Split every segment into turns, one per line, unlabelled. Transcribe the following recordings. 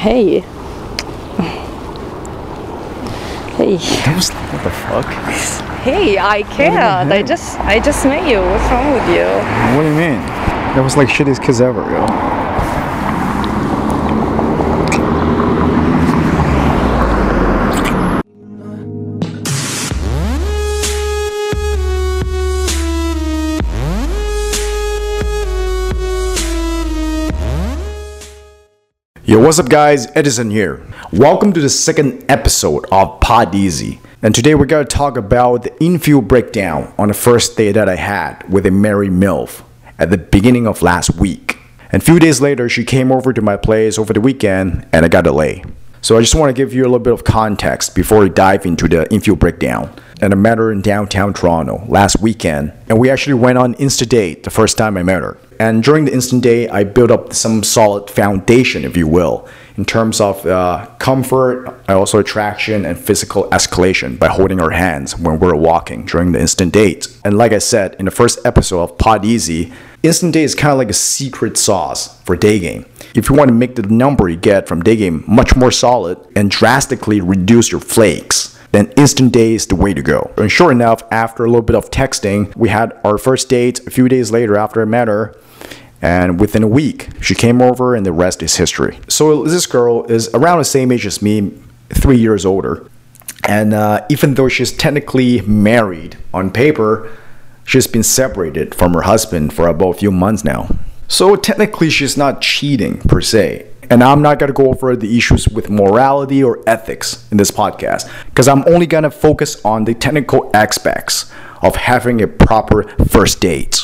Hey. Hey.
Those- What the fuck?
Hey, I can't. I just I just met you. What's wrong with you?
What do you mean? That was like shittiest kiss ever, yo. Yo, what's up, guys? Edison here. Welcome to the second episode of Pod Easy. And today we're gonna talk about the infield breakdown on the first date that I had with a Mary MILF at the beginning of last week. And a few days later, she came over to my place over the weekend and I got delayed. So I just wanna give you a little bit of context before we dive into the infield breakdown. And I met her in downtown Toronto last weekend, and we actually went on Insta date the first time I met her. And during the instant day, I built up some solid foundation, if you will, in terms of uh, comfort, and also attraction and physical escalation by holding our hands when we're walking during the instant date. And like I said in the first episode of Pod Easy, instant date is kind of like a secret sauce for day game. If you want to make the number you get from day game much more solid and drastically reduce your flakes, then instant day is the way to go. And sure enough, after a little bit of texting, we had our first date a few days later after I met her. And within a week, she came over, and the rest is history. So this girl is around the same age as me, three years older. And uh, even though she's technically married on paper, she's been separated from her husband for about a few months now. So technically, she's not cheating per se. And I'm not gonna go over the issues with morality or ethics in this podcast, because I'm only gonna focus on the technical aspects of having a proper first date.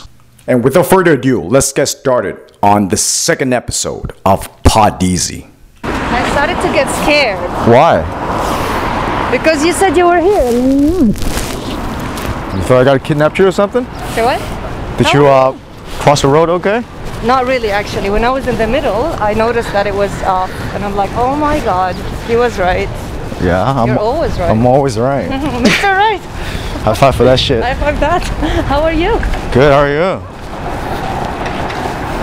And without further ado, let's get started on the second episode of Podeasy.
I started to get scared
Why?
because you said you were here.
You thought I got kidnapped you or something?
Say what?
Did you uh, cross the road okay?
Not really, actually. When I was in the middle, I noticed that it was off, and I'm like, oh my god, he was right.
Yeah, I'm,
You're always right.
I'm always right.
Mr. Right,
High five for that shit.
I fucked that. How are you?
Good, how are you?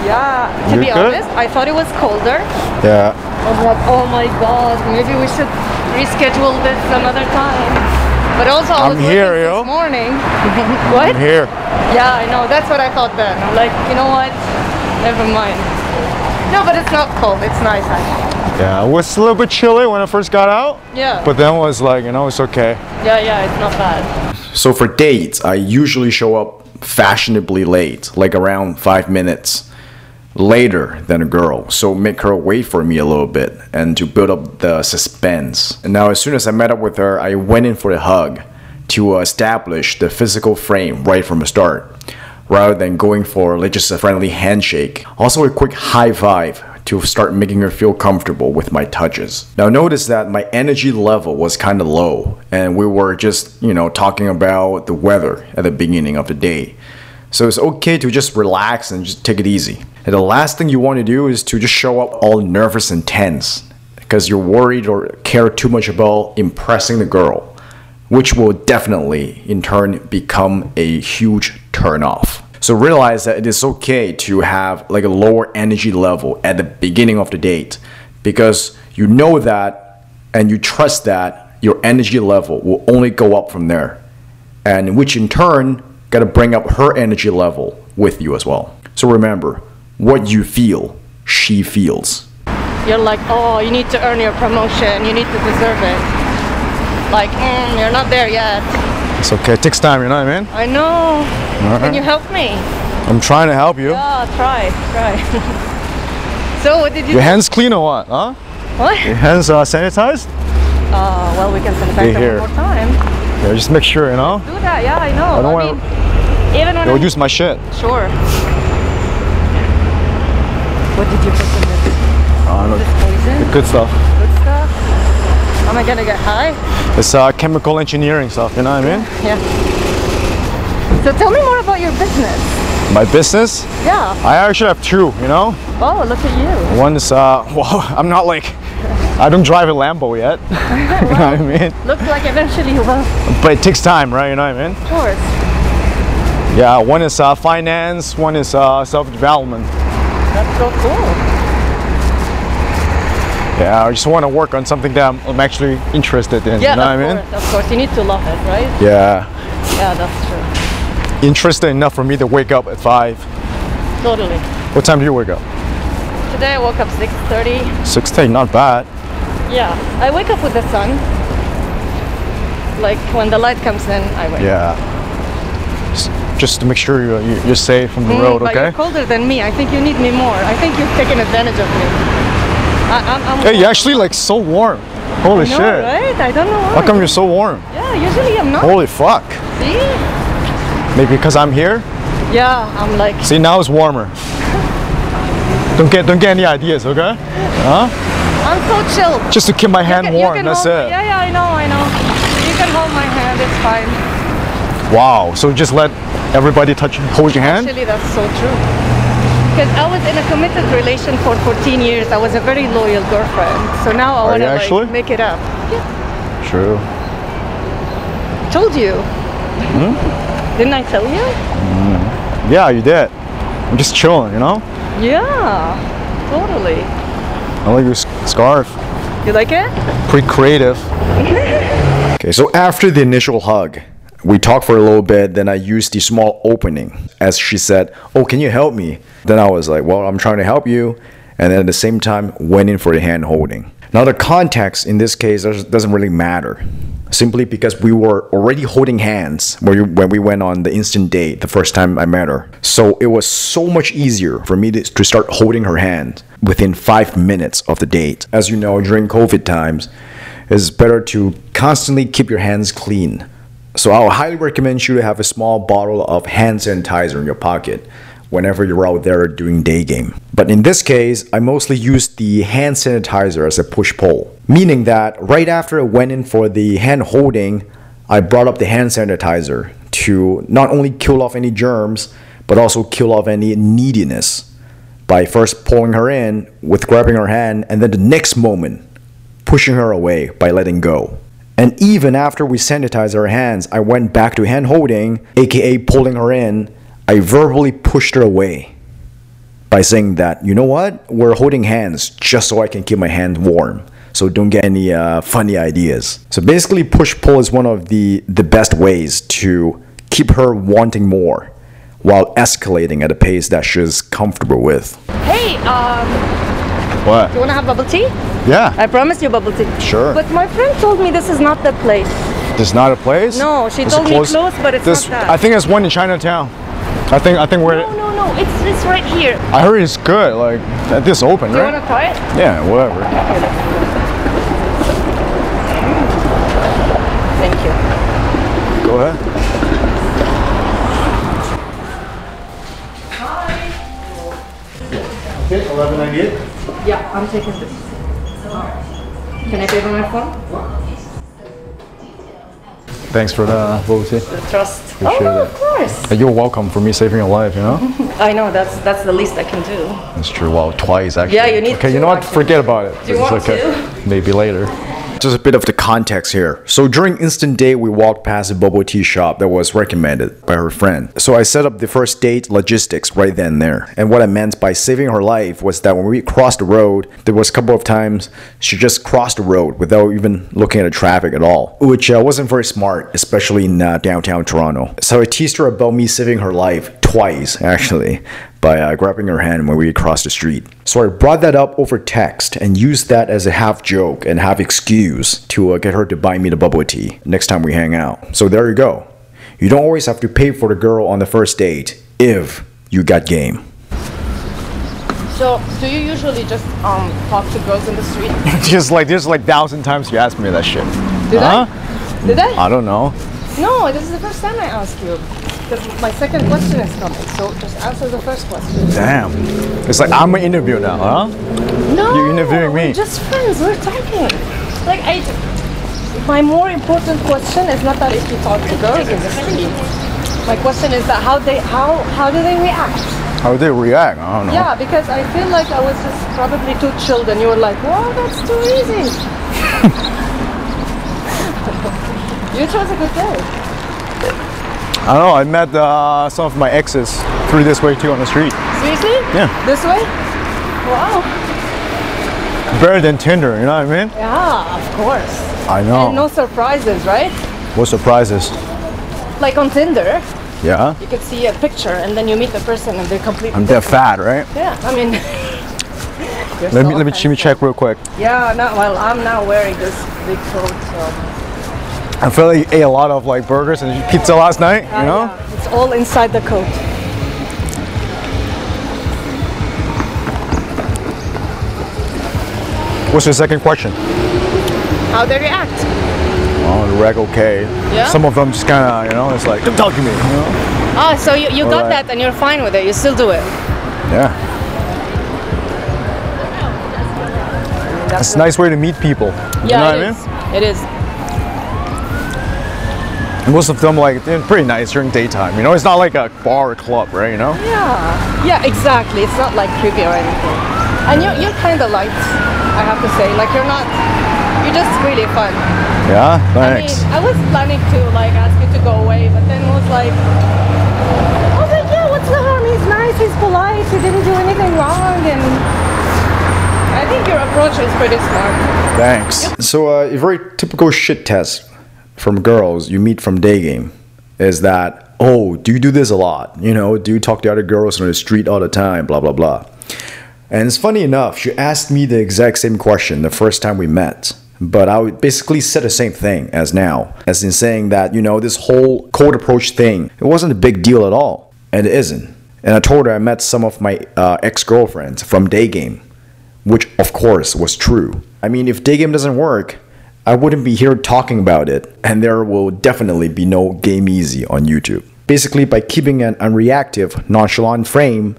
Yeah. To
You're
be
good?
honest, I thought it was colder.
Yeah.
I was like, oh my god, maybe we should reschedule this some other time. But also, I was
I'm here,
working
yo.
this morning. what?
I'm here.
Yeah, I know. That's what I thought then. I'm like, you know what? Never mind. No, but it's not cold. It's nice actually.
Yeah, it was a little bit chilly when I first got out,
Yeah.
but then was like, you know, it's okay.
yeah, yeah, it's not bad.
So for dates, I usually show up fashionably late, like around five minutes later than a girl. So make her wait for me a little bit and to build up the suspense. And now, as soon as I met up with her, I went in for the hug to establish the physical frame right from the start, rather than going for like just a friendly handshake. Also, a quick high five to start making her feel comfortable with my touches. Now notice that my energy level was kind of low and we were just, you know, talking about the weather at the beginning of the day. So it's okay to just relax and just take it easy. And the last thing you want to do is to just show up all nervous and tense because you're worried or care too much about impressing the girl, which will definitely in turn become a huge turnoff. So realize that it is okay to have like a lower energy level at the beginning of the date because you know that and you trust that your energy level will only go up from there and which in turn got to bring up her energy level with you as well. So remember, what you feel, she feels.
You're like, oh, you need to earn your promotion. You need to deserve it. Like, mm, you're not there yet.
It's okay. It takes time, you know what I mean?
I know.
Uh-huh.
Can you help me?
I'm trying to help you.
Yeah, try, try. so what did you?
Your hands clean or what? Huh?
What?
Your hands are sanitized?
Uh, well, we can send it
They
back
here.
one more time.
Yeah, just make sure, you know?
Do that, yeah, I know. I,
don't wanna-
mean, even when
Yo,
I'm
use my shit.
sure. What did you put in this?
Ah, I don't
This
know.
poison?
Good stuff.
Good stuff? Am I gonna get high?
It's uh, chemical engineering stuff, you know what I mean?
Yeah. So tell me more about your business.
My business,
Yeah.
I actually have two, you know?
Oh, look at you.
One is, uh, well, I'm not like, I don't drive a Lambo yet. you know what I mean?
Looks like eventually you will. Of
But it takes time, right? You know what I mean?
course.
Yeah, one is uh, finance, one is uh, self development.
That's so cool.
Yeah, I just want to work on something that I'm, I'm actually interested in.
Yeah,
you know
of
what I mean?
course, of course. You need to love it, right?
Yeah,
Yeah, that's true.
interested enough for me to wake up at five.
Totally.
What time do you wake up?
Today I woke up 6:30.
Sixteen, not bad.
Yeah, I wake up with the sun. Like when the light comes in, I wake. up.
Yeah. S- Just to make sure you're, you- you're safe from the
Mm,
road,
but
okay?
you're colder than me. I think you need me more. I think you've taken advantage of me. I, I'm, I'm
Hey, you're actually like so warm. Holy
I know,
shit.
right? I don't know why.
How come you're so warm?
Yeah, usually I'm not.
Holy fuck.
See?
Maybe because I'm here?
Yeah, I'm like.
See, now it's warmer. don't get don't get any ideas, okay? Huh?
I'm so chill.
Just to keep my
You
hand
can- you
warm,
can
that's
hold-
it.
Yeah, yeah, I know, I know. You can hold my hand. It's fine.
Wow. So just let everybody touch hold your hand?
Actually, that's so true. Because I was in a committed relation for 14 years. I was a very loyal girlfriend. So now I
Are
want
you
to
actually?
like, make it up.
True.
Told you.
Hmm?
Didn't I tell you?
Yeah, you did. I'm just chilling, you know?
Yeah, totally.
I like your s- scarf.
You like it?
Pretty creative. okay, so after the initial hug, we talked for a little bit, then I used the small opening as she said, Oh, can you help me? Then I was like, Well, I'm trying to help you. And then at the same time, went in for the hand holding. Now, the context in this case does- doesn't really matter, simply because we were already holding hands when we, when we went on the instant date the first time I met her. So it was so much easier for me to, to start holding her hand within five minutes of the date. As you know, during COVID times, it's better to constantly keep your hands clean. So I would highly recommend you to have a small bottle of hand sanitizer in your pocket whenever you're out there doing day game. But in this case, I mostly used the hand sanitizer as a push pull, meaning that right after I went in for the hand holding, I brought up the hand sanitizer to not only kill off any germs, but also kill off any neediness by first pulling her in with grabbing her hand and then the next moment pushing her away by letting go. And even after we sanitized her hands, I went back to hand holding, aka pulling her in. I verbally pushed her away by saying that, you know what, we're holding hands just so I can keep my hand warm. So don't get any uh, funny ideas. So basically, push pull is one of the, the best ways to keep her wanting more while escalating at a pace that she's comfortable with.
Hey, um,
What?
you wanna have bubble tea?
Yeah.
I promise you bubble tea.
Sure.
But my friend told me this is not the place.
There's not a place.
No, she
There's a
told me close, but it's
There's-
not that.
I think there's one in Chinatown. I think I think we're.
No, no, no. It's it's right here.
I heard it's good. Like at this open,
You
right?
wanna try it?
Yeah, whatever.
Thank you.
Go ahead. Okay, 1198.
Yeah, I'm taking this. Can I pay by my phone?
Thanks for the booty.
The trust.
Appreciate
oh, of
it.
course.
You're welcome for me saving your life. You know,
I know that's that's the least I can do.
that's true. Wow, twice actually.
Yeah, you need
Okay, you
two,
know what?
actually.
Forget about it.
Do you
It's
want
okay. Maybe later. Just a bit of the context here. So during instant date, we walked past a bubble tea shop that was recommended by her friend. So I set up the first date logistics right then and there. And what I meant by saving her life was that when we crossed the road, there was a couple of times she just crossed the road without even looking at the traffic at all, which uh, wasn't very smart, especially in uh, downtown Toronto. So I teased her about me saving her life twice, actually by uh, grabbing her hand when we crossed the street. So I brought that up over text and used that as a half joke and half excuse to uh, get her to buy me the bubble tea next time we hang out. So there you go. You don't always have to pay for the girl on the first date if you got game.
So, do you usually just um talk to girls in the street?
just like there's like thousand times you asked me that shit.
Did I?
Uh-huh.
Did I?
I don't know.
No, this is the first time I ask you. Because my second question is coming, so just answer the first question.
Damn. It's like I'm an interview now, huh?
No,
You're interviewing me.
we're just friends. We're talking. Like I, my more important question is not that if you talk to girls in the street. My question is that how they how how do they react?
How they react? I don't know.
Yeah, because I feel like I was just probably too chilled, and you were like, "Wow, that's too easy." you chose a good day.
I don't know. I met uh, some of my exes through this way too on the street.
Seriously?
Yeah.
This way? Wow.
better than Tinder. You know what I mean?
Yeah, of course.
I know.
And no surprises, right?
What surprises?
Like on Tinder,
Yeah.
you could see a picture and then you meet the person and they're completely.
I'm that fat, right?
yeah, I mean. you're
Let
so
me let me let me check real quick.
offensive. Yeah, no, well, I'm not wearing this big coat, so.
I feel like you ate a lot of like burgers and pizza last night. You know?
Yeah, it's all inside the coat.
What's your second question?
How they react?
Oh, the reg okay.
Yeah?
Some of them just kind of, you know, it's like, don't talk to me. You know?
Ah, so you, you got
Alright.
that and you're fine with it. You still do it.
Yeah. It's a nice way to meet people. You
Yeah,
know what I
it
mean?
is. It is.
Most of them like they're pretty nice during daytime. You know, it's not like a bar or club, right? You know?
Yeah. Yeah, exactly. It's not like creepy or anything. And you're, you're kind of light, I have to say. Like, you're not, you're just really fun.
Yeah. Thanks.
I mean, I was planning to like ask you to go away, but then was like, I was like, yeah, what's the harm? He's nice, he's polite, he didn't do anything wrong, and I think your approach is pretty smart.
Thanks. So uh, a very typical shit test from girls you meet from day game is that oh do you do this a lot you know do you talk to other girls on the street all the time blah blah blah and it's funny enough she asked me the exact same question the first time we met but i would basically said the same thing as now as in saying that you know this whole cold approach thing it wasn't a big deal at all and it isn't and i told her i met some of my uh, ex-girlfriends from day game which of course was true. I mean, if day game doesn't work, I wouldn't be here talking about it, and there will definitely be no game easy on YouTube. Basically, by keeping an unreactive, nonchalant frame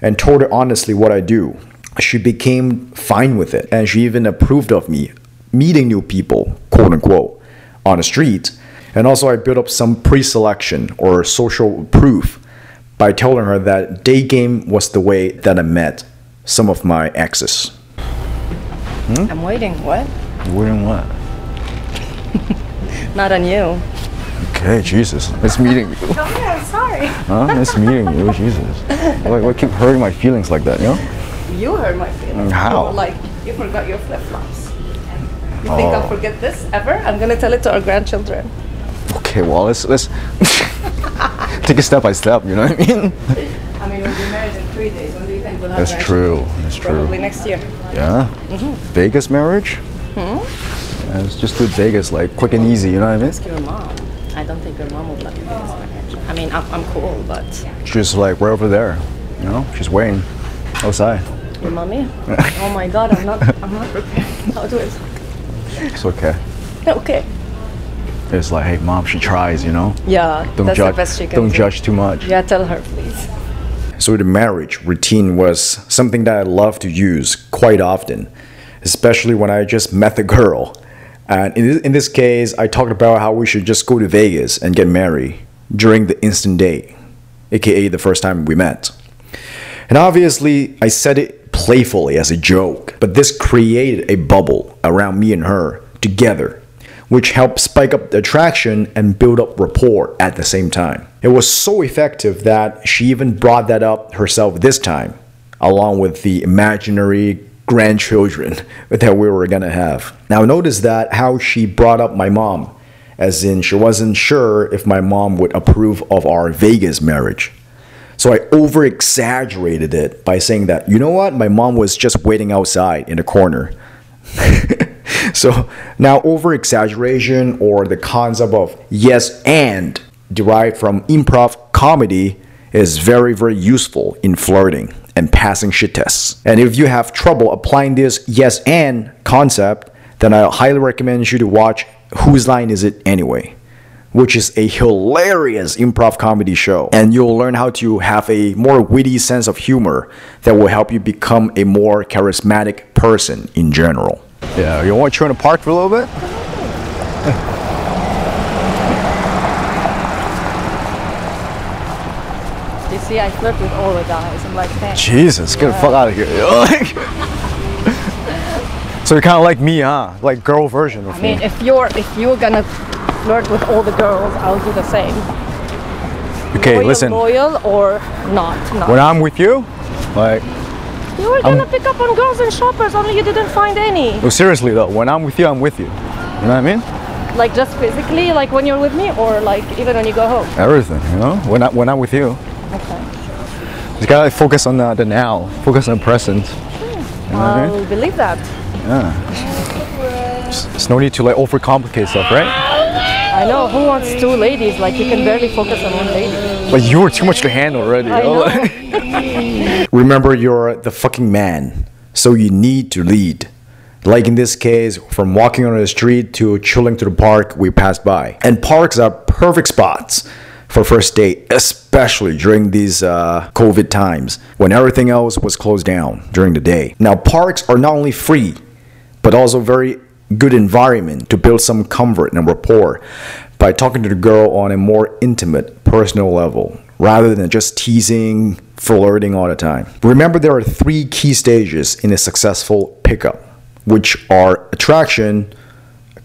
and told her honestly what I do, she became fine with it, and she even approved of me meeting new people, quote unquote, on the street. And also, I built up some pre selection or social proof by telling her that day game was the way that I met some of my exes.
Hmm? I'm waiting. What?
Wouldn't what?
Not on you.
Okay, Jesus. Nice meeting you.
Oh yeah, sorry.
Huh? Nice meeting you, Jesus. Why, why keep hurting my feelings like that, you know?
You hurt my feelings.
How?
You were like you forgot your flip flops. You think I'll forget this ever? I'm gonna tell it to our grandchildren.
Okay, well, let's, let's take it step by step, you know what I mean?
I mean, we'll be married in three days. When do you think we'll have
That's true. That's
Probably
true.
next Mm-hmm. year.
Yeah? Vegas marriage?
Hmm?
Yeah, let's just do Vegas, like quick and easy, you know what I mean?
your mom. I don't think your mom would like this marriage. I mean, I'm, I'm cool, but
She's like right over there, you know? She's waiting outside.
your mommy? oh my God, I'm not. I'm not prepared. How do it?
It's okay.
Okay.
It's like, hey, mom, she tries, you know?
Yeah,
Don't
that's
judge.
the best she can
don't
do.
judge too much.
Yeah, tell her, please.
So the marriage routine was something that I love to use quite often, especially when I just met the girl. And in this, in this case, I talked about how we should just go to Vegas and get married during the instant date, aka the first time we met. And obviously, I said it playfully as a joke, but this created a bubble around me and her together, which helped spike up the attraction and build up rapport at the same time. It was so effective that she even brought that up herself this time, along with the imaginary grandchildren that we were gonna have. Now, notice that how she brought up my mom, as in she wasn't sure if my mom would approve of our Vegas marriage. So I over exaggerated it by saying that, you know what, my mom was just waiting outside in the corner. so now over exaggeration or the concept of yes and derived from improv comedy is very, very useful in flirting and passing shit tests. And if you have trouble applying this yes and concept, then I highly recommend you to watch Whose Line Is It Anyway? which is a hilarious improv comedy show. And you'll learn how to have a more witty sense of humor that will help you become a more charismatic person in general. Yeah, you want to in the park for a little bit?
You see, I flirt with all the guys. I'm like, thanks.
Jesus, get the fuck out of here. so you're kind of like me, huh? Like girl version of
I mean, if you're if you're gonna flirt with all the girls, I'll do the same.
Okay,
loyal,
listen,
Loyal or not? Not.
when I'm with you, like,
You were gonna pick up on girls and shoppers, only you didn't find any.
No, seriously though, when I'm with you, I'm with you. You know what I mean?
Like just physically, like when you're with me, or like even when you go home.
Everything, you know? When, I, when I'm with you. You gotta focus on uh, the now, focus on the present.
I'll believe that.
There's no need to like overcomplicate stuff, right?
I know who wants two ladies. Like you can barely focus on one lady.
But you were too much to handle already.
I know.
Remember, you're the fucking man, so you need to lead. Like in this case, from walking on the street to chilling to the park we passed by. And parks are perfect spots for first date, especially during these uh, COVID times when everything else was closed down during the day. Now, parks are not only free, but also very good environment to build some comfort and rapport by talking to the girl on a more intimate, personal level rather than just teasing, flirting all the time. Remember, there are three key stages in a successful pickup, which are attraction,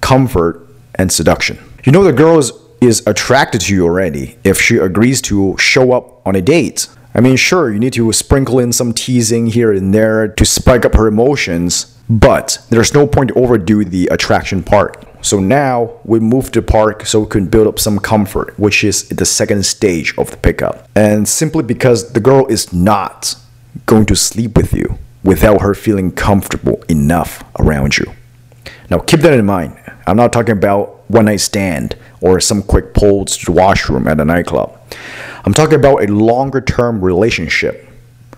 comfort, and seduction. You know the girl is, is attracted to you already if she agrees to show up on a date. I mean, sure, you need to sprinkle in some teasing here and there to spike up her emotions, but there's no point to overdo the attraction part. So now we move to park so we can build up some comfort, which is the second stage of the pickup. And simply because the girl is not going to sleep with you without her feeling comfortable enough around you. Now keep that in mind. I'm not talking about one night stand or some quick pulls to the washroom at a nightclub. I'm talking about a longer term relationship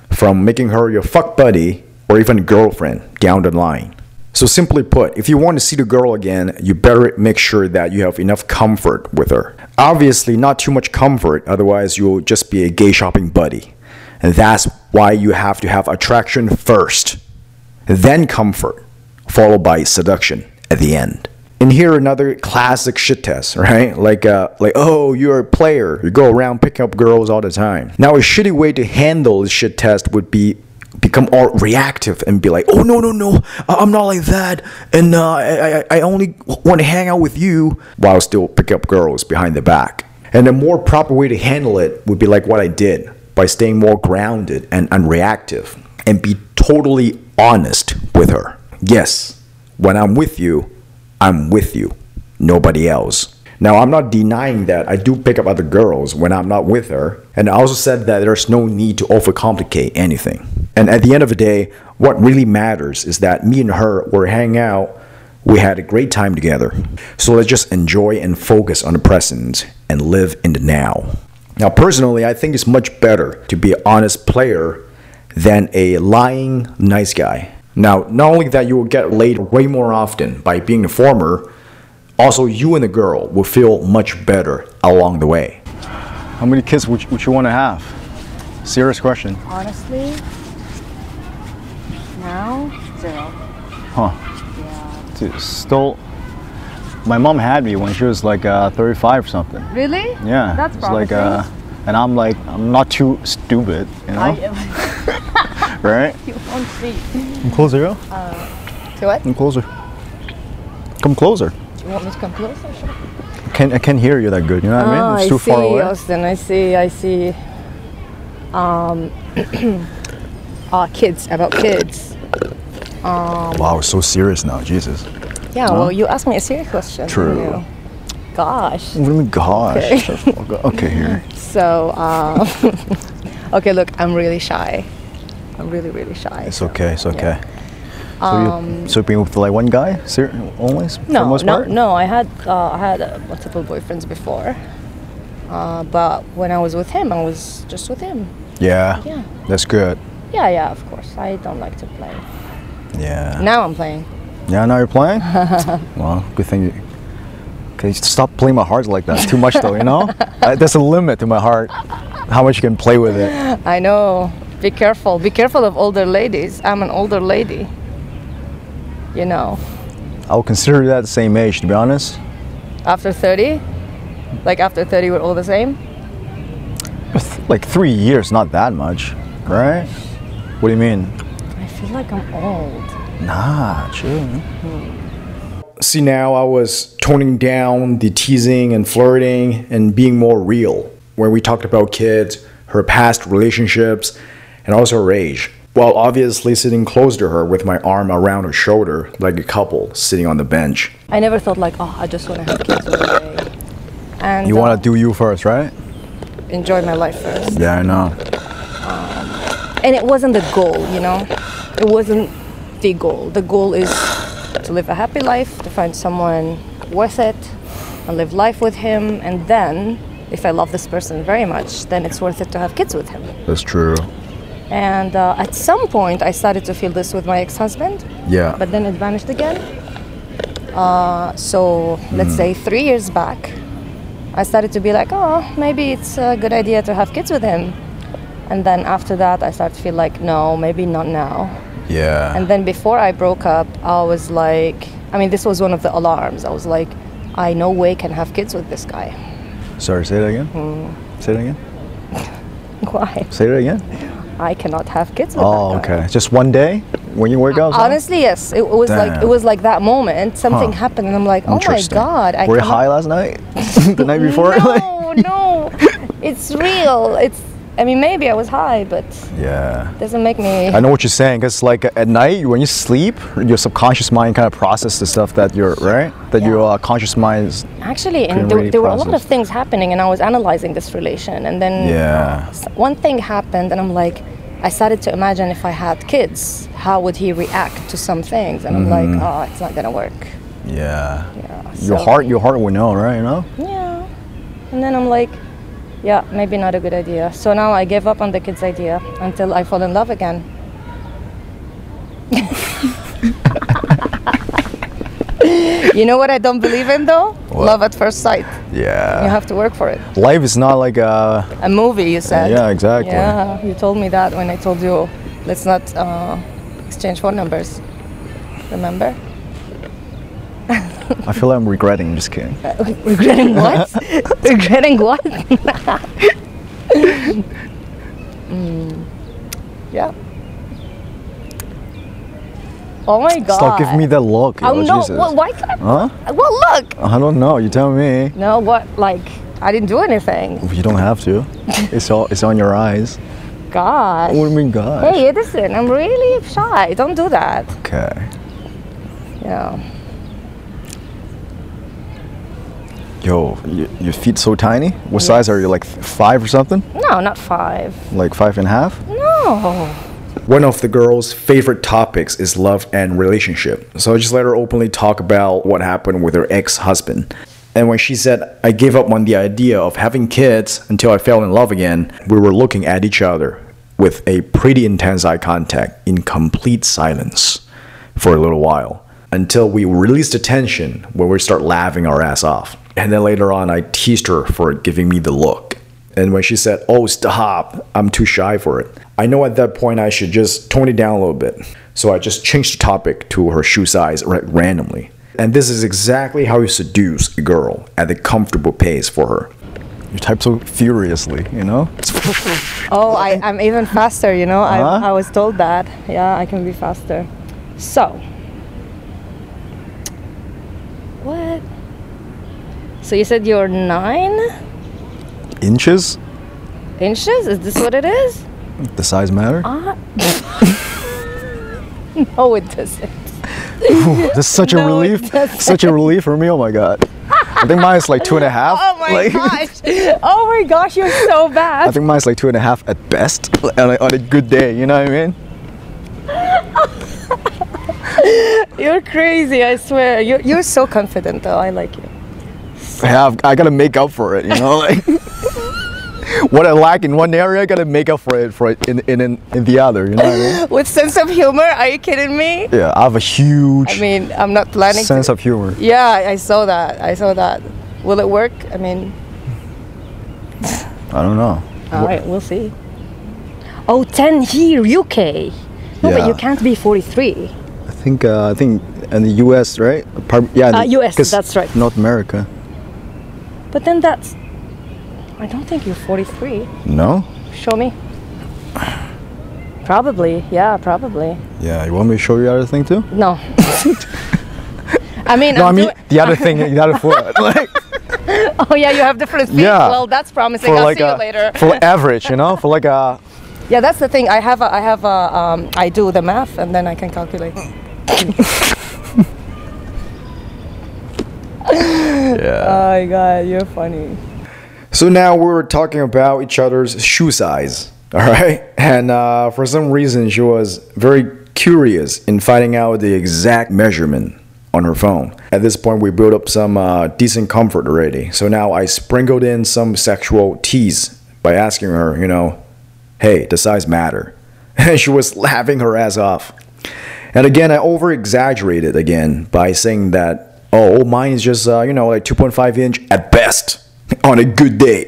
from making her your fuck buddy or even girlfriend down the line. So simply put, if you want to see the girl again, you better make sure that you have enough comfort with her. Obviously, not too much comfort, otherwise you'll just be a gay shopping buddy. And that's why you have to have attraction first then comfort, followed by seduction at the end. And here another classic shit test, right? Like, uh, like, oh, you're a player. You go around picking up girls all the time. Now, a shitty way to handle this shit test would be become all reactive and be like, oh no no no, I- I'm not like that, and uh, I-, I I only want to hang out with you while still picking up girls behind the back. And a more proper way to handle it would be like what I did by staying more grounded and unreactive and be totally honest with her. Yes, when I'm with you, I'm with you, nobody else. Now, I'm not denying that I do pick up other girls when I'm not with her, and I also said that there's no need to overcomplicate anything. And at the end of the day, what really matters is that me and her were hanging out, we had a great time together. So let's just enjoy and focus on the present and live in the now. Now, personally, I think it's much better to be an honest player than a lying nice guy. Now, not only that you will get laid way more often by being the former, also you and the girl will feel much better along the way. How many kids would you, would you want to have? Serious question.
Honestly, now zero.
Dude, still, my mom had me when she was like uh, 35 or something.
Really?
Yeah,
That's
it's like
promising.
uh, and I'm like I'm not too stupid, you know,
I,
right?
you won't see.
Come closer, yo.
To what?
Come closer. Come closer.
You want me to come closer? Sure.
I can't I can't hear you that good. You know what I mean? It's
Oh,
too
Ah, see,
far away.
Austin. I see. I see. Um, uh, kids. About kids.
Oh, Wow, so serious now, Jesus.
Yeah. Well, you asked me a serious question.
True.
you know. Gosh.
What do you mean, Oh gosh? Okay, here.
So. Uh, okay. Look, I'm really shy. I'm really, really shy.
It's okay. It's okay. so you so you've been with like one guy, ser- only s- for the
Um, No,
most
no,
part?
no. I had uh, I had uh, multiple boyfriends before, uh, but when I was with him, I was just with him.
Yeah.
Yeah.
That's good.
Yeah, yeah. Of course, I don't like to play.
Yeah.
Now I'm playing.
Yeah, now you're playing? well, good thing you. Okay, stop playing my heart like that. It's too much, though, you know? Uh, There's a limit to my heart, how much you can play with it.
I know. Be careful. Be careful of older ladies. I'm an older lady. You know,
I'll consider that the same age, to be honest.
after 30, like after 30, we're all the same.
Th- Like three years, not that much, right? What do you mean?
I feel like I'm old.
Nah, chill. See, now I was toning down the teasing and flirting and being more real when we talked about kids, her past relationships, and also her age. while obviously sitting close to her with my arm around her shoulder like a couple sitting on the bench.
I never thought like, oh, I just want to have kids one day. And
You
uh,
want to do you first, right?
enjoy my life first.
Yeah, I know.
And it wasn't the goal, you know. It wasn't the goal. The goal is to live a happy life, to find someone worth it, and live life with him. And then, if I love this person very much, then it's worth it to have kids with him.
That's true.
And uh, at some point, I started to feel this with my ex-husband,
Yeah.
but then it vanished again. Uh, so
Hmm.
let's say three years back, I started to be like, oh, maybe it's a good idea to have kids with him. And then after that, I started to feel like, no, maybe not now.
yeah.
And then before I broke up, I was like, I mean, this was one of the alarms. I was like, I no way can have kids with this guy.
Sorry, say that again. Say it again.
Why?
Say it again.
I cannot have kids with
Oh,
that guy.
okay. Just one day when you wake up. something?
Honestly, yes. It was like it
Damn.
was like that moment. Something
Huh.
happened, and I'm like, oh my
Interesting.
god! I
Were you
cannot-
high last night? the night before? Like-
No, no, it's real. It's. I mean, maybe I was high, but
yeah.
doesn't make me.
I know what you're saying, cause like at night when you sleep, your subconscious mind kind of processes the stuff that you're right, that
Yeah.
your uh, conscious mind is.
Actually,
Couldn't
and there,
really
there were a lot of
process.
things happening, and I was analyzing this relation, and then
Yeah.
s- one thing happened, and I'm like, I started to imagine if I had kids, how would he react to some things, and I'm like, oh, it's not gonna work.
Yeah.
Yeah,
Mm-hmm. Your
so-
heart, your heart will know, right? You know.
Yeah. And then I'm like, yeah, maybe not a good idea. So now I gave up on the kids idea until I fall in love again. you know what I don't believe in though? Love at first sight.
Yeah.
You have to work for it.
Life is not like uh
A movie, you said.
Yeah, exactly.
Yeah, you told me that when I told you, let's not uh, exchange phone numbers. Remember?
I feel like I'm regretting. Just kidding.
Regretting what? Regretting what? Mm. Yeah. Oh my god. Oh,
Stop giving me that look. yo,
I'm not.
Jesus.
Well, why can't
Huh?
Well, look.
I don't know. You tell me.
No, what? Like, I didn't do anything.
You don't have to. It's all. It's on your eyes. Oh
Gosh.
What do you mean, gosh?
Hey, Edison, I'm really shy. Don't do that.
Okay.
Yeah.
Yo, y- your feet so tiny. What size are you? Like th- five or something?
No, not five.
Like five and a half?
No.
One of the girl's favorite topics is love and relationship. So I just let her openly talk about what happened with her ex husband. And when she said, I gave up on the idea of having kids until I fell in love again, we were looking at each other with a pretty intense eye contact in complete silence for a little while until we released the tension when we start laughing our ass off. And then later on, I teased her for giving me the look. And when she said, Oh, stop, I'm too shy for it, I know at that point I should just tone it down a little bit. So I just changed the topic to her shoe size ra- randomly. And this is exactly how you seduce a girl at a comfortable pace for her. You type so furiously, you know?
Oh, I, I'm even faster, you know?
Huh?
I, I was told that. Yeah, I can be faster. So. What? So you said you're nine
Inches?
inches? Is this what it is?
The size matter?
No, it doesn't.
This is such a
No, it
relief. Such a relief for me. Oh my god. I think mine's like two and a half.
Oh my
like,
gosh. Oh my gosh, you're so
I
bad.
think mine's like two and a half at best on a, on a good day. You know what I mean?
You're crazy, I swear. You're, you're so confident, though. I like you.
I have. I gotta make up for it. You know, like what I lack in one area, I gotta make up for it for it in in in, in the other. You know what I mean?
With sense of humor? Are you kidding me?
Yeah, I have a huge
I mean, I'm not planning to
sense of humor.
Yeah, I I saw that. I saw that. Will it work? I mean,
I don't know.
all right, we'll see. Oh, 10 here, UK. No, but you
Yeah.
can't be 43.
I think uh, I think in the U.S. right? Par- yeah, in
Uh,
the-
US,
'cause
that's right.
North America.
But then that's. I don't think you're 43.
No.
Show me. Probably, yeah, probably.
Yeah, you want me to show you the other thing too?
No. I mean,
No,
I'm
I mean
doing-
the other thing, the other foot. Like,
oh yeah, you have different feet.
Yeah.
Well, that's promising. I'll see you later.
for average, you know, for like a
Yeah, that's the thing. I have a, I have a, um, I do the math and then I can calculate.
Yeah.
Oh my god, you're funny.
So now we were talking about each other's shoe size, all right? And uh, for some reason, she was very curious in finding out the exact measurement on her phone. At this point, we built up some uh, decent comfort already. So now I sprinkled in some sexual tease by asking her, you know, hey, does size matter? And she was laughing her ass off. And again, I over exaggerated again by saying that, oh, mine is just, uh, you know, like 2.5 inch at best on a good day.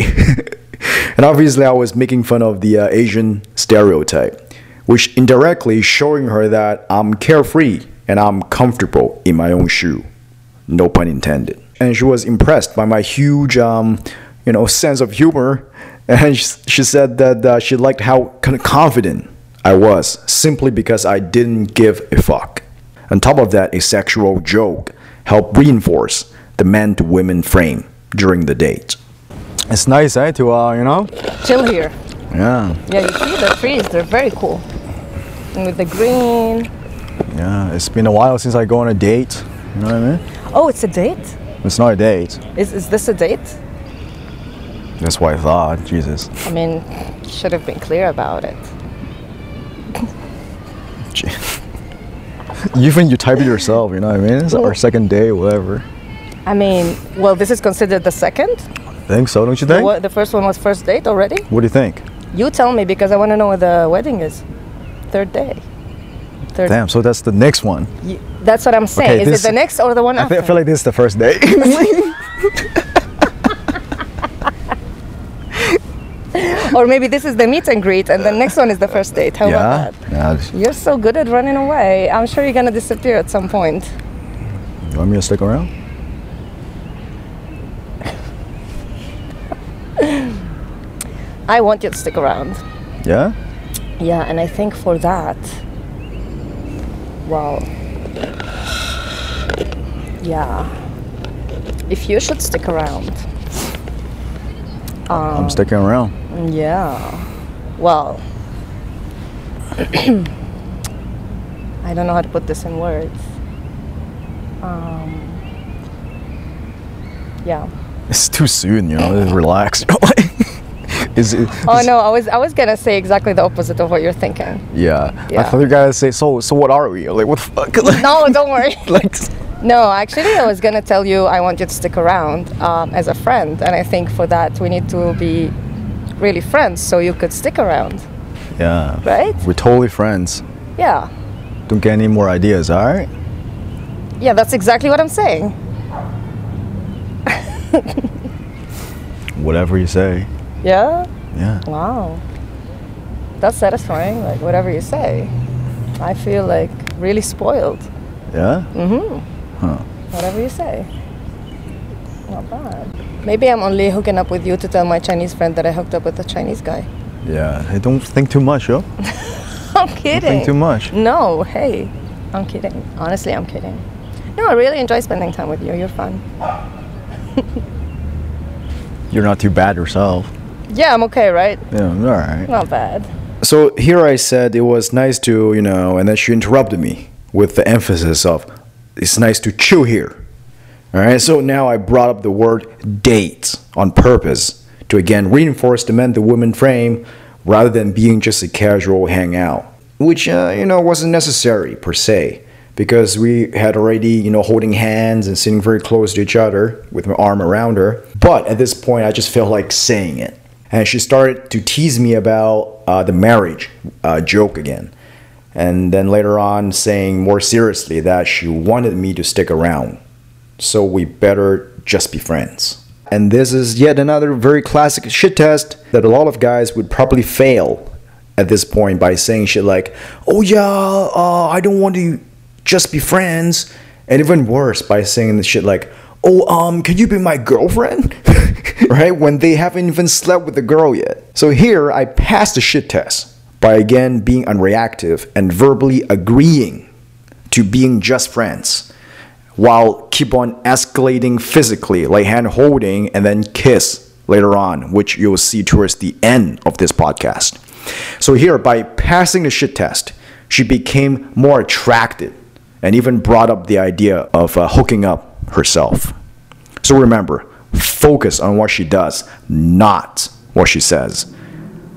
and obviously, I was making fun of the uh, Asian stereotype, which indirectly showing her that I'm carefree and I'm comfortable in my own shoe. No pun intended. And she was impressed by my huge, um, you know, sense of humor. And she, she said that uh, she liked how kind of confident I was simply because I didn't give a fuck. On top of that, a sexual joke helped reinforce the man to women frame during the date. It's nice, eh? To uh, you know.
Chill here.
Yeah,
Yeah, you see the trees, they're very cool. And with the green.
yeah. It's been a while since I go on a date. You know what I mean?
Oh, it's a date?
It's not a date.
Is, is this a date?
That's what I thought. Jesus.
I mean, you should have been clear about it.
Gee. Even you type it yourself. You know what I mean? It's our second day, whatever.
I mean, well, this is considered the second.
Think so? Don't you
The,
think?
wa- the first one was first date already.
What do you think?
You tell me because I want to know where the wedding is. Third day. Third.
Damn. So that's the next one.
Y- that's what I'm saying.
Okay,
is
this-
it the next or the one
I,
after?
fe- I feel like this is the first date.
or maybe this is the meet and greet, and the next one is the first date. How
yeah.
about that?
yeah.
You're so good at running away. I'm sure you're gonna disappear at some point.
You want me to stick around?
I want you to stick around.
Yeah.
Yeah, and I think for that, well, yeah. If you should stick around, Um,
I'm sticking around.
yeah. Well, I don't know how to put this in words. Um, yeah.
It's too soon. You know. Just relax. Is it?
Oh no, I was I was gonna say exactly the opposite of what you're thinking.
Yeah. I
Yeah.
thought you guys say so. So what are we? Like what the fuck? Like,
No, don't worry.
like
No, actually, I was gonna tell you I want you to stick around um, as a friend, and I think for that we need to be really friends so you could stick around,
yeah.
right?
We're totally friends.
Yeah,
Don't get any more ideas. All right.
yeah, that's exactly what I'm saying.
Whatever you say.
Yeah,
Yeah.
wow, that's satisfying. Like whatever you say, I feel like really spoiled. Mm-hmm.
Yeah.
Whatever you say, not bad. Maybe I'm only hooking up with you to tell my Chinese friend that I hooked up with a Chinese guy.
Yeah. Hey, don't think too much, yo.
I'm kidding.
Think too much.
No, hey, I'm kidding. Honestly, I'm kidding. No, I really enjoy spending time with you. You're fun.
You're not too bad yourself.
Yeah, I'm okay, right?
Yeah. All right.
Not bad.
So here I said it was nice to, you know, and then she interrupted me with the emphasis of, it's nice to chill here. All right, so now I brought up the word date on purpose to again reinforce the men to women frame rather than being just a casual hangout, which, uh, you know, wasn't necessary per se because we had already, you know, holding hands and sitting very close to each other with my arm around her. But at this point, I just felt like saying it. And she started to tease me about uh, the marriage uh, joke again. And then later on, saying more seriously that she wanted me to stick around. So we better just be friends. And this is yet another very classic shit test that a lot of guys would probably fail at this point by saying shit like, oh yeah, uh, I don't want to just be friends. And even worse by saying shit like, oh, um, can you be my girlfriend? right? When they haven't even slept with the girl yet. So here I passed the shit test by again being unreactive and verbally agreeing to being just friends while keep on escalating physically, like hand holding and then kiss later on, which you'll see towards the end of this podcast. So here, by passing the shit test, she became more attracted and even brought up the idea of uh, hooking up herself. So remember, focus on what she does, not what she says.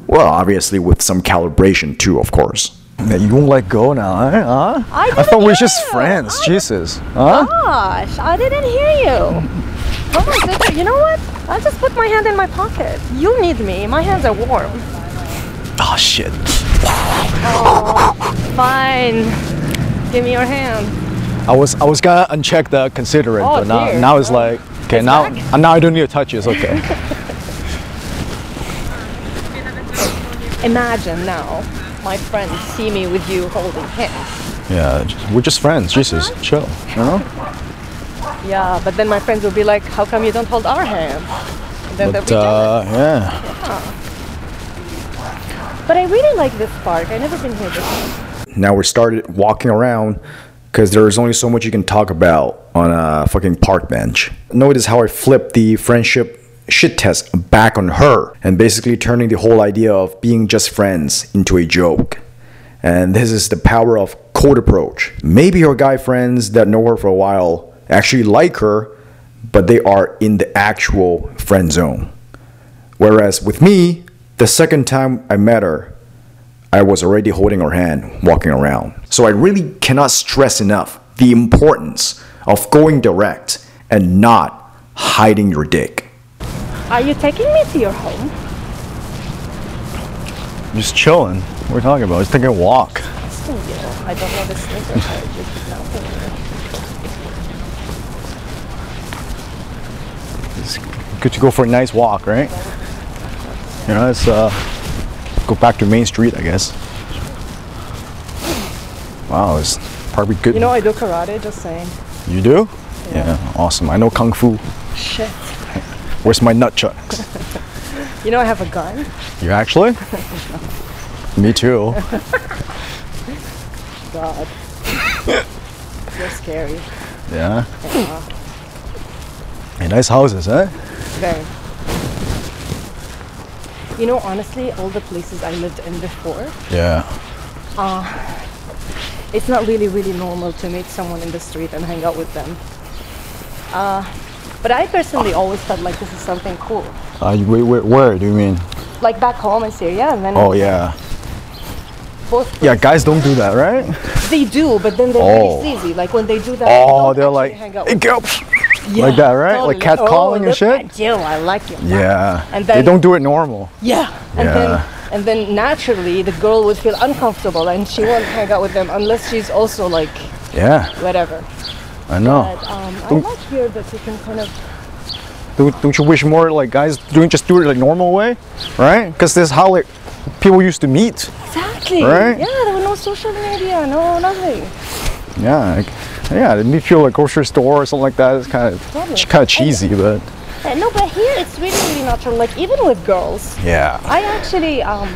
Well, obviously, with some calibration too, of course. You won't let go now, eh? huh?
I
I thought we were
didn't
just
know.
friends.
Oh
I-
Jesus, huh?
Gosh, I didn't hear you.
Oh my goodness, you know what? I just put my hand in my pocket. You need me. My hands are warm.
Oh shit.
Fine. Give me your hand.
I was I was gonna uncheck the considerate,
Oh,
but now
dear.
now it's like okay now
back?
uh, now I don't need to touch you. It's okay.
Imagine now my friends see me with you holding hands.
yeah, j- we're just friends. Jesus,
Uh-huh.
chill. You know?
Yeah, but then my friends will be like, how come you don't hold our hands? And Then they'll
But
be jealous.
uh, yeah.
But I really like this park. i never been here before.
Now we started walking around because there's only so much you can talk about on a fucking park bench. Notice how I flipped the friendship shit test back on her and basically turning the whole idea of being just friends into a joke. And this is the power of cold approach. Maybe her guy friends that know her for a while actually like her, but they are in the actual friend zone. Whereas with me, the second time I met her, I was already holding her hand walking around. So I really cannot stress enough the importance of going direct and not hiding your dick.
Are you taking me to your home?
Just chilling. What are we talking about? Just taking a walk.
Oh, yeah. I don't know the sneaker heritage.
It's good to go for a nice walk, right? You know, let's uh, go back to Main Street, I guess. Wow, it's probably good.
You know, I do karate, just saying.
you do? yeah, awesome. I know kung fu.
Shit.
Where's my nut chucks?
You know, I have a gun.
You actually? Me too.
God. You're scary.
Yeah. Uh-huh. Hey, nice houses, eh?
Very. You know, honestly, all the places I lived in before,
Yeah.
it's not really, really normal to meet someone in the street and hang out with them. Uh, but I personally always felt like this is something cool.
Uh, you- wait, wait, where do you mean?
Like back home in Syria, and then
Oh yeah.
both
Yeah, guys don't do that, right?
they do, but then they're
Oh.
very sleazy. Like when they do that,
Oh,
they don't
they're
actually
like,
hang out
hey,
with
girl.
Yeah,
like that, right? Like
totally.
catcalling and
oh, look
shit?
At you, I like you.
Yeah.
And then
they don't do it normal.
Yeah. And
Yeah.
then and then naturally the girl would feel uncomfortable and she won't hang out with them unless she's also like
Yeah,
whatever.
I know.
But um, I
Don't-
like here that you can kind of
Don't, don't you wish more like guys doing just do it like normal way, right? Because this is how like people used to meet.
exactly.
Right?
Yeah, there were no social media, no nothing.
Yeah, like, yeah, they meet people at grocery store or something like that. It's kind of
Totally.
kind of cheesy, but
Uh, no, but here it's really really natural. Like even with girls,
yeah.
I actually um.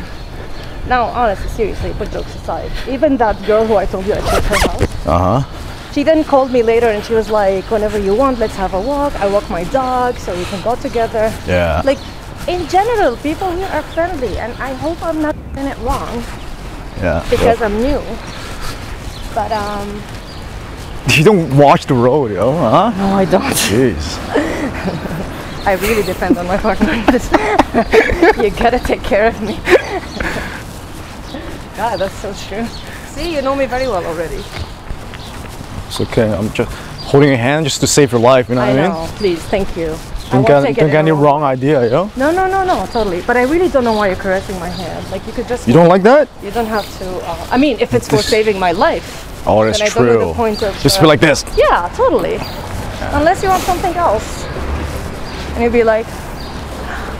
Now, honestly, seriously, put jokes aside. Even that girl who I told you I took her house,
Uh huh.
She then called me later and she was like, whenever you want, let's have a walk. I walk my dog so we can go together.
Yeah.
Like, in general, people here are friendly and I hope I'm not doing it wrong
Yeah.
because I'm new. But, um,
you don't watch the road, yo, huh?
no, I don't.
Jeez.
I really depend on my partner. you gotta take care of me. God, that's so true. See, you know me very well already.
It's okay. I'm just holding your hand just to save your life. You know
I
what I mean?
know. Please, thank you. I
Don't
won't
get
take it
don't get
in
any
a-
wrong idea, yo.
No, no, no, no, totally. But I really don't know why you're caressing my hand. Like, you could just.
You don't like that?
You don't have to. Uh, I mean, if it's for
This-
saving my life,
Oh, that's
Then I don't know the
true.
point of,
just
uh,
be like this.
yeah, totally. Unless you want something else, and you'd be like,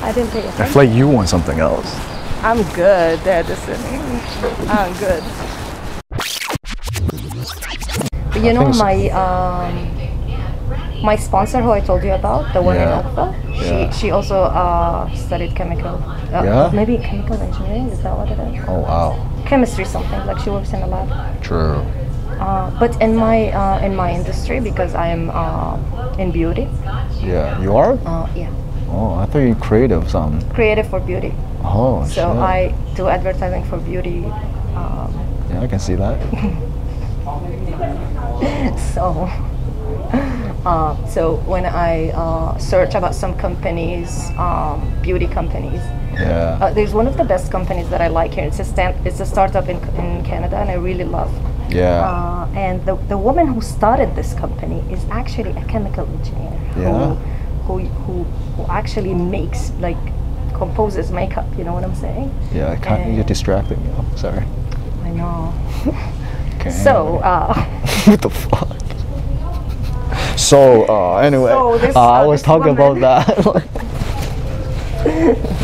I didn't pay
I
attention.
feel like you want something else.
I'm good, Edison. I'm good. You know
think so.
my um, my sponsor who I told you about, the one
Yeah.
in Oakville.
Yeah.
She she also uh, studied chemical. Uh,
Yeah?
Maybe chemical engineering is that what it is?
Oh wow.
Chemistry something like she works in a lab.
True.
Uh, but in my uh, in my industry because I'm uh, in beauty.
Yeah. You are?
Uh, yeah,
Oh, I thought you're creative something.
creative for beauty.
Oh,
So
shit.
I do advertising for beauty. Um,
Yeah, I can see that.
so, uh, so when I uh, search about some companies, um, beauty companies,
Yeah.
uh, there's one of the best companies that I like here. It's a stan- it's a startup in, in Canada, and I really love.
yeah.
Uh, and the, the woman who started this company is actually a chemical engineer
Yeah.
who, who who who actually makes like composes makeup. You know what I'm saying?
yeah, I can't, you're distracting me. I'm sorry.
I know.
Okay.
So, uh,
what the fuck? So, uh, anyway,
So this,
uh, I
uh,
was
this
talking about
woman-
that.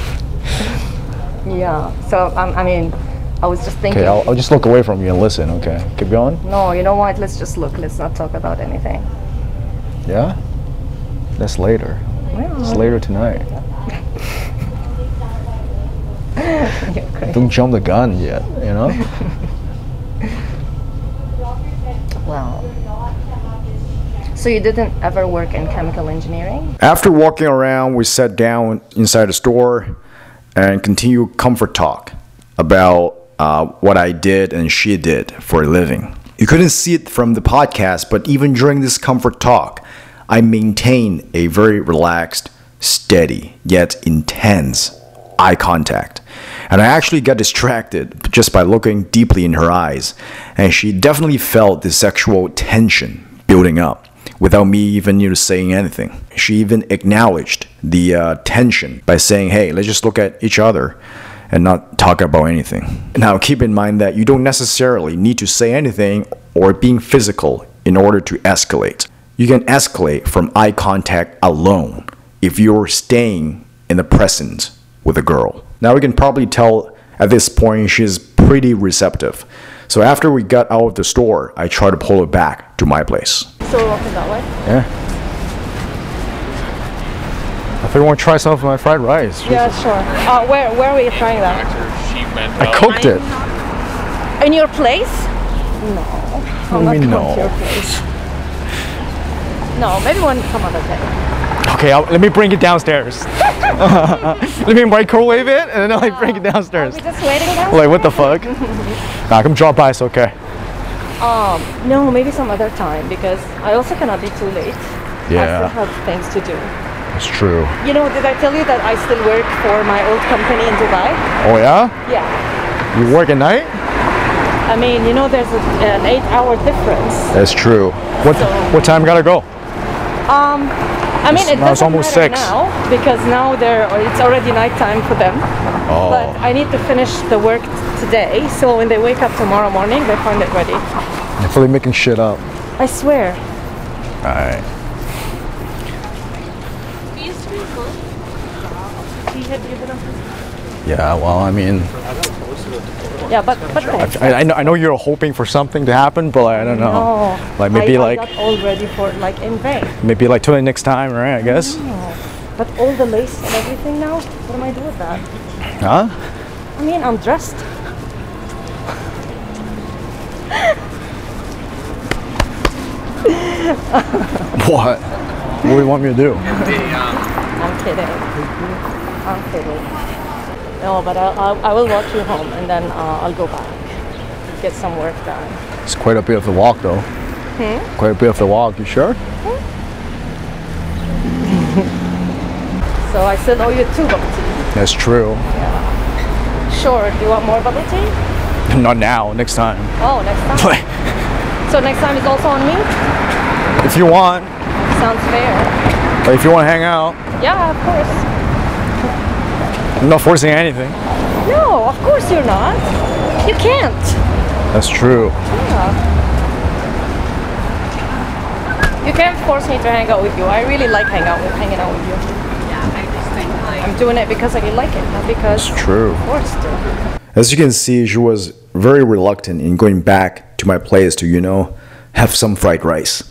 yeah. So um, I mean, I was just thinking.
okay, I'll, I'll just look away from you and listen, okay? Keep going?
no, you know what? Let's just look. Let's not talk about anything.
Yeah? That's later. It's later tonight. Don't jump the gun yet, you know?
Well. So you didn't ever work in chemical engineering?
After walking around, we sat down inside the store and continued comfort talk about uh, what I did and she did for a living. You couldn't see it from the podcast, but even during this comfort talk, I maintained a very relaxed, steady, yet intense eye contact. And I actually got distracted just by looking deeply in her eyes, and she definitely felt the sexual tension building up without me even you know, saying anything. She even acknowledged the uh, tension by saying, "Hey, let's just look at each other." And not talk about anything. Now, keep in mind that you don't necessarily need to say anything or being physical in order to escalate. You can escalate from eye contact alone if you're staying in the present with a girl. Now we can probably tell at this point she's pretty receptive. So after we got out of the store, I tried to pull her back to my place.
So okay, that way.
Yeah. I think I want to try some of my fried rice.
Yeah, sure. Uh, where where were you trying that?
She meant
I cooked it.
In your place?
What do you mean no?
No, maybe one some other day.
Okay, I'll, let me bring it downstairs. let me microwave it and then I bring it downstairs.
We're just waiting now.
Like what the fuck? nah, come drop by. It's okay.
Um, no, maybe some other time because I also cannot be too late. I
Yeah.
still have things to do.
It's true.
You know, did I tell you that I still work for my old company in Dubai?
Oh yeah?
Yeah.
You work at night?
I mean, you know, there's a, an eight-hour difference.
That's true. What what time gotta go?
Um, I mean,
It's-
it
now it's
doesn't
almost
matter
six.
now because now they're it's already nighttime for them.
Oh.
But I need to finish the work t- today, so when they wake up tomorrow morning, they find it ready.
I'm fully making shit up.
I swear.
Alright. Yeah, well, I mean,
Yeah, but but thanks.
I, I, know, I know you're hoping for something to happen, but I don't know.
No,
Like maybe
Oh. I,
like
I got all ready for like in vain.
maybe like till the next time, right? I guess.
But all the lace and everything now, what am I doing with that?
Huh?
I mean, I'm dressed.
What? What do you want me to do?
I'm kidding. I'm kidding. No, but I, I, I will walk you home and then uh, I'll go back. Get some work done.
It's quite a bit of the walk, though. Quite a bit of the walk. You sure?
So I still owe you two bubble tea.
That's true.
Sure, do you want more bubble tea?
Not now. Next time.
Oh, next time.
But
so next time is also on me?
if you want,
Sounds fair.
like if you want to hang out,
Yeah, of course.
I'm not forcing anything.
No, of course you're not. You can't.
That's true.
Yeah. You can't force me to hang out with you. I really like hang out with, hanging out with you. I'm doing it because I like it, not because
It's true.
I'm forced to.
As you can see, she was very reluctant in going back to my place to, you know, have some fried rice,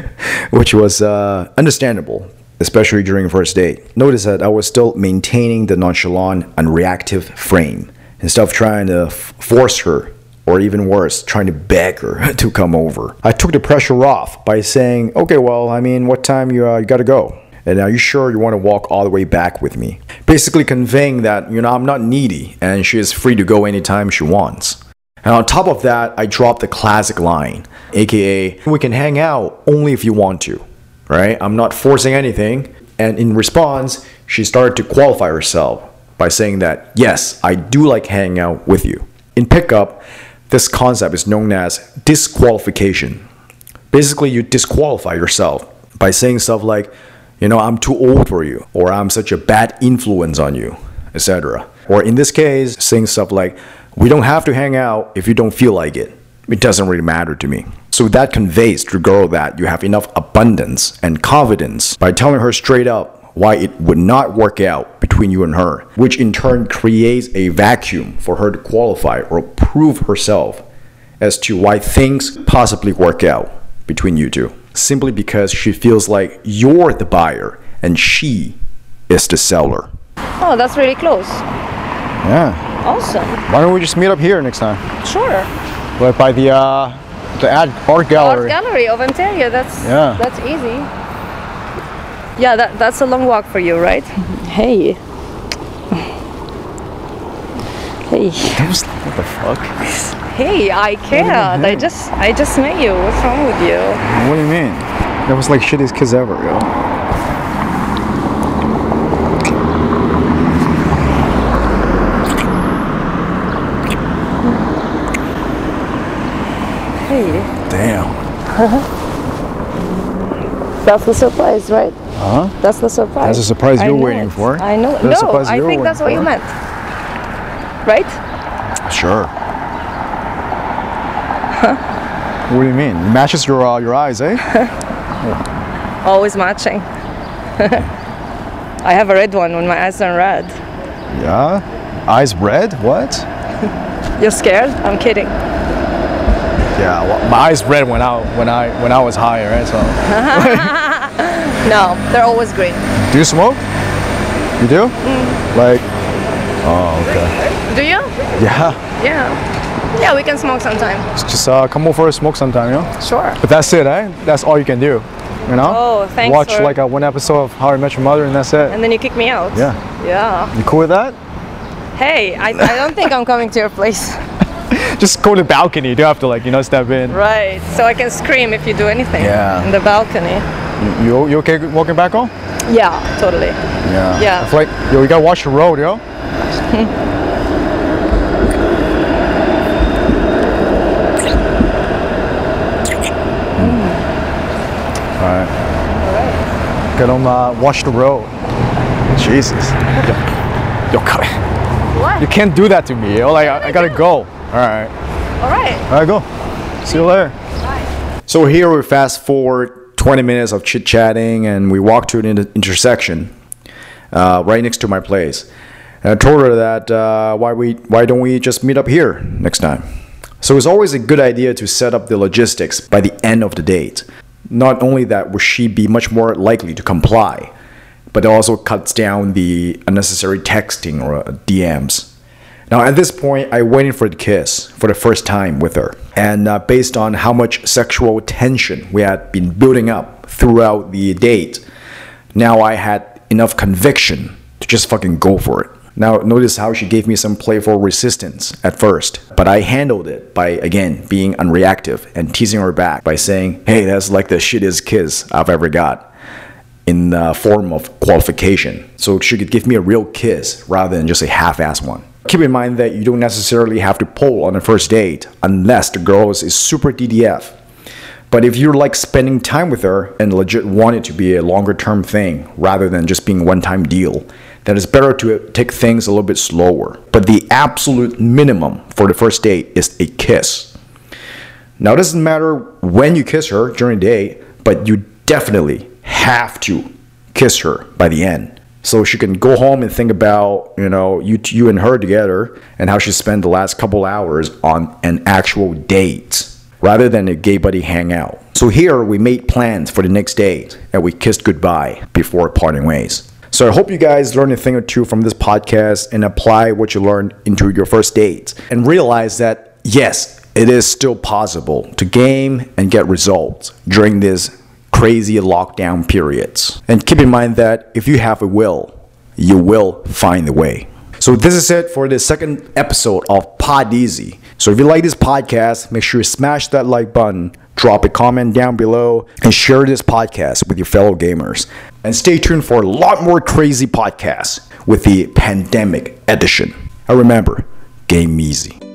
which was uh, understandable, especially during first date. Notice that I was still maintaining the nonchalant and reactive frame instead of trying to f- force her or even worse, trying to beg her to come over. I took the pressure off by saying, "Okay, well, I mean, what time you uh, you got to go?" and are you sure you want to walk all the way back with me? Basically conveying that, you know, I'm not needy and she is free to go anytime she wants. And on top of that, I dropped the classic line, aka, we can hang out only if you want to, right? I'm not forcing anything. And in response, she started to qualify herself by saying that, yes, I do like hanging out with you. In pickup, this concept is known as disqualification. Basically, you disqualify yourself by saying stuff like, you know, I'm too old for you, or I'm such a bad influence on you, etc. Or in this case, saying stuff like, we don't have to hang out if you don't feel like it. It doesn't really matter to me. So that conveys to the girl that you have enough abundance and confidence by telling her straight up why it would not work out between you and her, which in turn creates a vacuum for her to qualify or prove herself as to why things possibly work out between you two simply because she feels like you're the buyer and she is the seller.
Oh, that's really close.
Yeah.
Awesome.
Why don't we just meet up here next time?
Sure.
Like by the uh, the ad art gallery.
Art gallery of Ontario. That's
Yeah.
that's easy. Yeah, that, that's a long walk for you, right? Hey. Hey.
Those- what the fuck?
Hey, I can't. I just I just met you. What's wrong with you?
What do you mean? That was like shittiest kiss ever, yo.
Hey.
Damn.
That's the surprise, right?
Huh?
That's the surprise.
That's the surprise
I
you're
know
waiting
it.
for.
I know.
That's the
no,
surprise
I
you're
think that's what
waiting
you
for.
meant. Right?
Sure. what do you mean? It matches your uh, your eyes, eh?
Always matching. I have a red one when my eyes turn red.
yeah. Eyes red? What?
You're scared? I'm kidding.
Yeah. Well, my eyes red when I when I when I was high, right? So.
No, they're always green.
Do you smoke? You do?
Mm.
Like, oh, okay.
Do you?
Yeah.
Yeah. Yeah, we can smoke sometime.
It's Just uh, come over and smoke sometime, you know?
Sure.
But that's it, eh? That's all you can do, you know?
Oh, thanks
Watch
for-
like a one episode of How I Met Your Mother and that's it.
And then you kick me out.
Yeah.
Yeah.
You cool with that?
Hey, I, I don't think I'm coming to your place.
Just go to the balcony. You don't have to like, you know, step in.
Right. So I can scream if you do anything.
Yeah.
In the balcony.
You, you okay walking back home?
Yeah, totally.
Yeah. Hmm.
Yeah.
It's like, yo, you gotta watch the road, yo. Alright. Get them, uh, watch the road. Jesus. Yo, yo, cut it.
What?
You can't do that to me, yo. Like, I, I gotta go. Alright.
All right.
All right, go. See you later. So here we fast forward 20 minutes of chit chatting, and we walk to an inter- intersection uh, right next to my place. And I told her that uh, why we why don't we just meet up here next time? So it's always a good idea to set up the logistics by the end of the date. Not only that, will she be much more likely to comply, but it also cuts down the unnecessary texting or uh, DMs. Now, at this point, I waited for the kiss for the first time with her. And uh, based on how much sexual tension we had been building up throughout the date, now I had enough conviction to just fucking go for it. Now, notice how she gave me some playful resistance at first, but I handled it by, again, being unreactive and teasing her back by saying, hey, that's like the shittiest kiss I've ever got in the form of qualification. So she could give me a real kiss rather than just a half ass one. Keep in mind that you don't necessarily have to pull on the first date unless the girl is, is super DDF. But if you're like spending time with her and legit want it to be a longer term thing rather than just being one time deal, then it's better to take things a little bit slower. But the absolute minimum for the first date is a kiss. Now, it doesn't matter when you kiss her during the day, but you definitely have to kiss her by the end. So she can go home and think about, you know, you, you and her together and how she spent the last couple hours on an actual date rather than a gay buddy hangout. So here we made plans for the next date and we kissed goodbye before parting ways. So I hope you guys learned a thing or two from this podcast and apply what you learned into your first date and realize that yes, it is still possible to game and get results during this crazy lockdown periods. And keep in mind that if you have a will, you will find a way. So this is it for the second episode of Pod Easy. So if you like this podcast, make sure you smash that like button, drop a comment down below, and share this podcast with your fellow gamers. And stay tuned for a lot more crazy podcasts with the pandemic edition. And remember, game easy.